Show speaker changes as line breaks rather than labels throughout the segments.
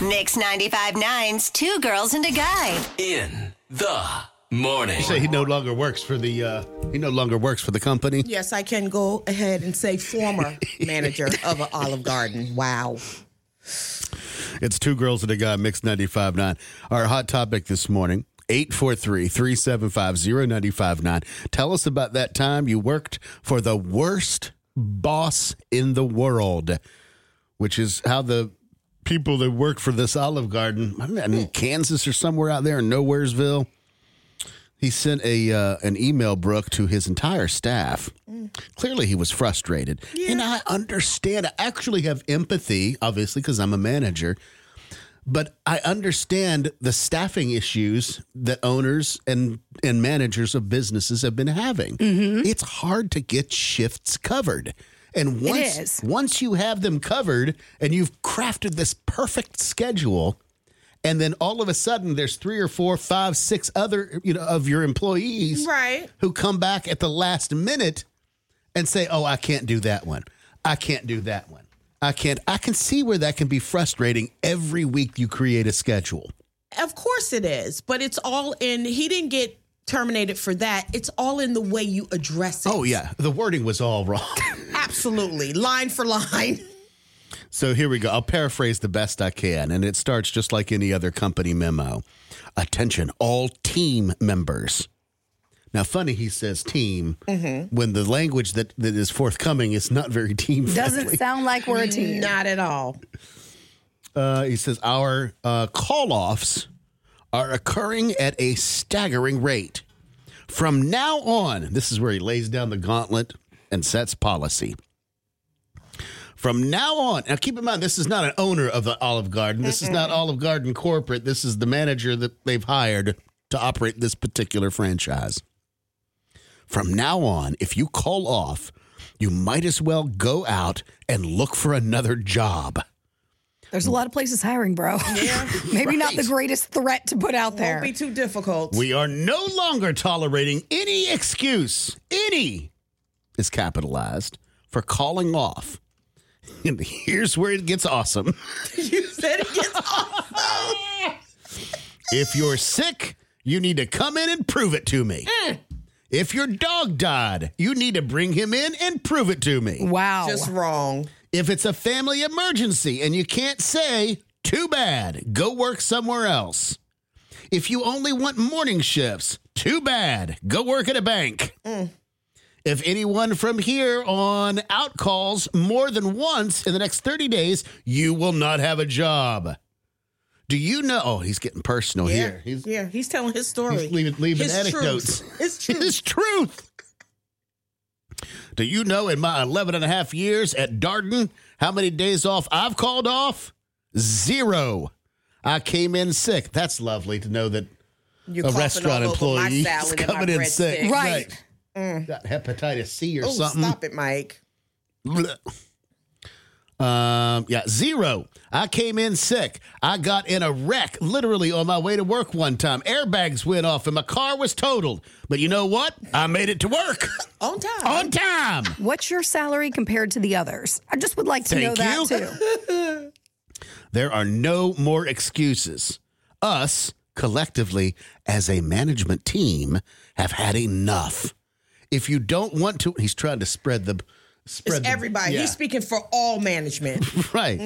Mix 95.9's Two Girls and a Guy.
In the morning.
Say he no longer works for the uh, he no longer works for the company.
Yes, I can go ahead and say former manager of an Olive Garden. Wow.
It's two girls and a guy, mixed 95.9. Our hot topic this morning, 843-375-0959. Tell us about that time you worked for the worst boss in the world, which is how the people that work for this Olive Garden, I don't know, in Kansas or somewhere out there in Nowheresville, he sent a uh, an email, Brooke, to his entire staff. Clearly, he was frustrated, and I understand. I actually have empathy, obviously, because I'm a manager, but I understand the staffing issues that owners and and managers of businesses have been having. It's hard to get shifts covered. And once
is.
once you have them covered and you've crafted this perfect schedule, and then all of a sudden there's three or four five six other you know of your employees
Right.
who come back at the last minute and say oh i can't do that one i can't do that one i can't i can see where that can be frustrating every week you create a schedule
Of course it is, but it's all in, he didn't get terminated for that. It's all in the way you address it.
oh yeah the wording was all wrong
Absolutely. Line for line.
So here we go. I'll paraphrase the best I can, and it starts just like any other company memo. Attention, all team members. Now, funny he says team when the language that, that is forthcoming is not very team friendly.
Doesn't sound like we're a team.
Not at all.
Uh, he says our uh, call offs are occurring at a staggering rate. From now on, this is where he lays down the gauntlet and sets policy. From now on, now keep in mind, this is not an owner of the Olive Garden. This is not Olive Garden corporate. This is the manager that they've hired to operate this particular franchise. From now on, if you call off, you might as well go out and look for another job.
There's a lot of places hiring, bro. Yeah. Maybe not the
Right.
greatest threat to put out there.
Won't be too difficult.
We are no longer tolerating any excuse, any is capitalized, for calling off. And here's where it gets awesome.
you said it gets awesome.
If you're sick, you need to come in and prove it to me. If your dog died, you need to bring him in and prove it to me.
wow.
Just wrong.
If it's a family emergency and you can't say, too bad, go work somewhere else. If you only want morning shifts, too bad, go work at a bank. If anyone from here on out calls more than once in the next 30 days, you will not have a job. Do you know? Oh, he's getting personal here. He's,
yeah, he's telling his story.
he's leaving, leaving
his
anecdotes.
Truth. His truth.
His truth. Do you know in my 11 and a half years at Darden how many days off I've called off? Zero. I came in sick. That's lovely to know that
You're
a
coughing
restaurant
all over my
employee is
salad and my
coming in sick.
breadsticks.
Right.
Got hepatitis C or
Oh,
something.
stop it, Mike.
Blech. Um, yeah, zero. I came in sick. I got in a wreck literally on my way to work one time. Airbags went off and my car was totaled. But you know what? I made it to work
On time.
on time.
What's your salary compared to the others? I just would like to know
Thank
that
you.
too.
There are no more excuses. Us, collectively, as a management team, have had enough. If you don't want to, he's trying to spread the.
it's
Spread the-
everybody. Mm-hmm.
Yeah,
He's speaking for all management.
right.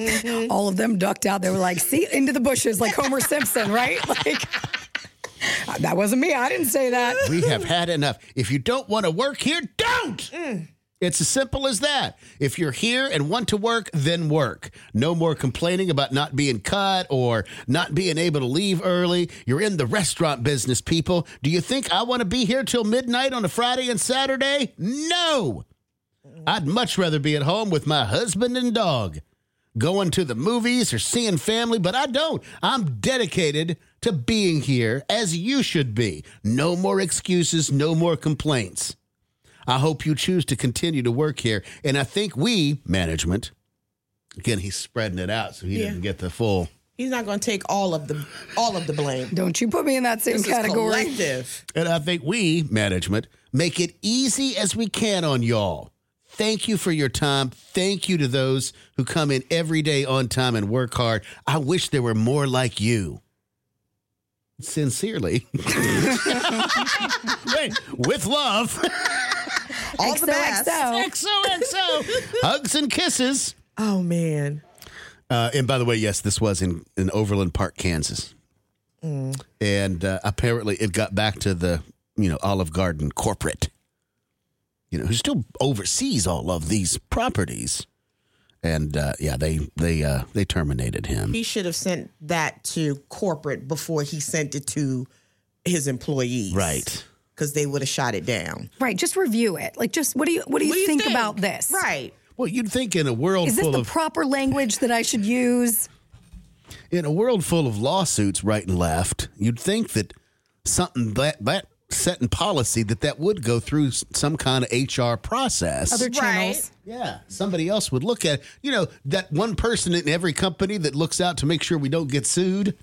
All of them ducked out. They were like, see, into the bushes, like Homer Simpson, right? Like, that wasn't me. I didn't say that.
We have had enough. If you don't want to work here, don't. It's as simple as that. If you're here and want to work, then work. No more complaining about not being cut or not being able to leave early. You're in the restaurant business, people. Do you think I want to be here till midnight on a Friday and Saturday? No. I'd much rather be at home with my husband and dog, going to the movies or seeing family, but I don't. I'm dedicated to being here as you should be. No more excuses, no more complaints. I hope you choose to continue to work here. And I think we, management, again, he's spreading it out so he
Yeah.
didn't get the full.
He's not going to take all of the all of the blame.
Don't you put me in that same
This is
category.
collective.
And I think we, management, make it easy as we can on y'all. Thank you for your time. Thank you to those who come in every day on time and work hard. I wish there were more like you. Sincerely. Wait, with love.
All the best.
XOXO.
XOXO. Hugs and kisses.
Oh man.
Uh, and by the way, yes, this was in, in Overland Park, Kansas. And uh, apparently it got back to the, you know, Olive Garden corporate, you know, who still oversees all of these properties. And uh, yeah, they they uh, they terminated him.
He should have sent that to corporate before he sent it to his employees.
Right.
Because they would have shot it down.
Right. Just review it. Like, just what do you what do you,
What do you
think, about this?
Right.
Well, you'd think in a world
Is this
full
the
of
proper language that I should use?
in a world full of lawsuits right and left, you'd think that something that that set in policy that that would go through s- some kind of HR process.
Other channels.
Yeah, somebody else would look at you know that one person in every company that looks out to make sure we don't get sued.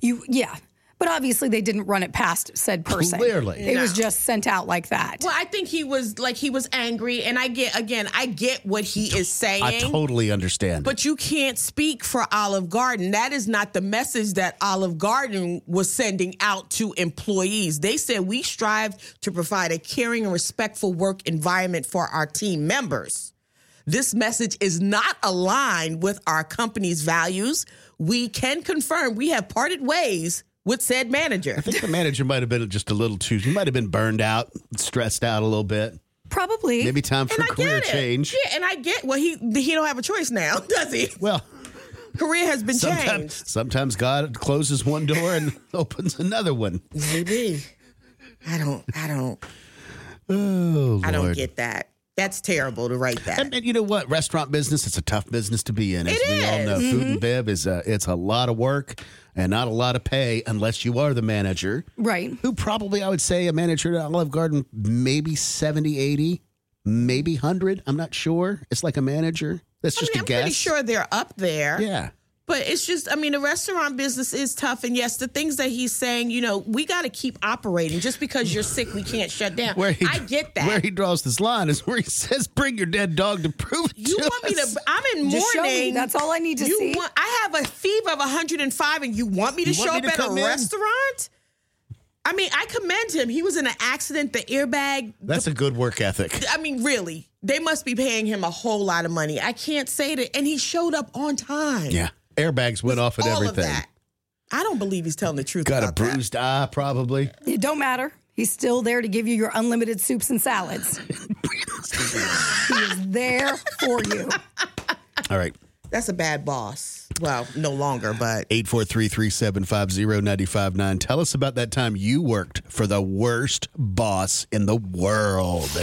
You yeah. But obviously they didn't run it past said person.
Clearly.
It was just sent out like that.
Well, I think he was like he was angry, and I get again, I get what he is saying.
I totally understand.
But you can't speak for Olive Garden. That is not the message that Olive Garden was sending out to employees. They said we strive to provide a caring and respectful work environment for our team members. This message is not aligned with our company's values. We can confirm we have parted ways with said manager.
I think the manager might have been just a little too. He might have been burned out, stressed out a little bit.
Probably.
Maybe time for
And I
career
get it.
change.
Yeah, and I get well. He he don't have a choice now, does he?
Well,
Career has been changed.
sometimes sometimes God closes one door and opens another one.
Maybe. I don't. I don't.
Oh,
I don't
Lord.
get that. That's terrible to write that.
And, and you know what? Restaurant business, it's a tough business to be in. As
It Mm-hmm.
we all know, food and bev is a, it's a lot of work and not a lot of pay unless you are the manager.
Right.
Who probably, I would say, a manager at Olive Garden, maybe 70, 80, maybe 100. I'm not sure. It's like a manager. That's
I
just
mean,
a
I'm
guess.
pretty sure they're up there.
Yeah.
But it's just, I mean, the restaurant business is tough. And yes, the things that he's saying, you know, we got to keep operating. Just because you're sick, we can't shut down. I get that.
Where he draws this line is where he says, "Bring your dead dog to prove it."
you
to
want me
us."
to? I'm in
Just show me.
mourning.
That's all I need to
you
see.
Want, I have a fever of 105, and you want me to
You want
show
me
up
to
at a
come in?
restaurant? I mean, I commend him. He was in an accident. The airbag
That's a good work ethic.
I mean, really, they must be paying him a whole lot of money. I can't say that. And he showed up on time.
Yeah. Airbags went off and
All
everything.
of that. I don't believe he's telling the truth.
Got a
about that.
bruised eye, probably.
It don't matter. He's still there to give you your unlimited soups and salads. he is there for you.
All right.
That's a bad boss. Well, no longer, but
843-375-0959. Tell us about that time you worked for the worst boss in the world.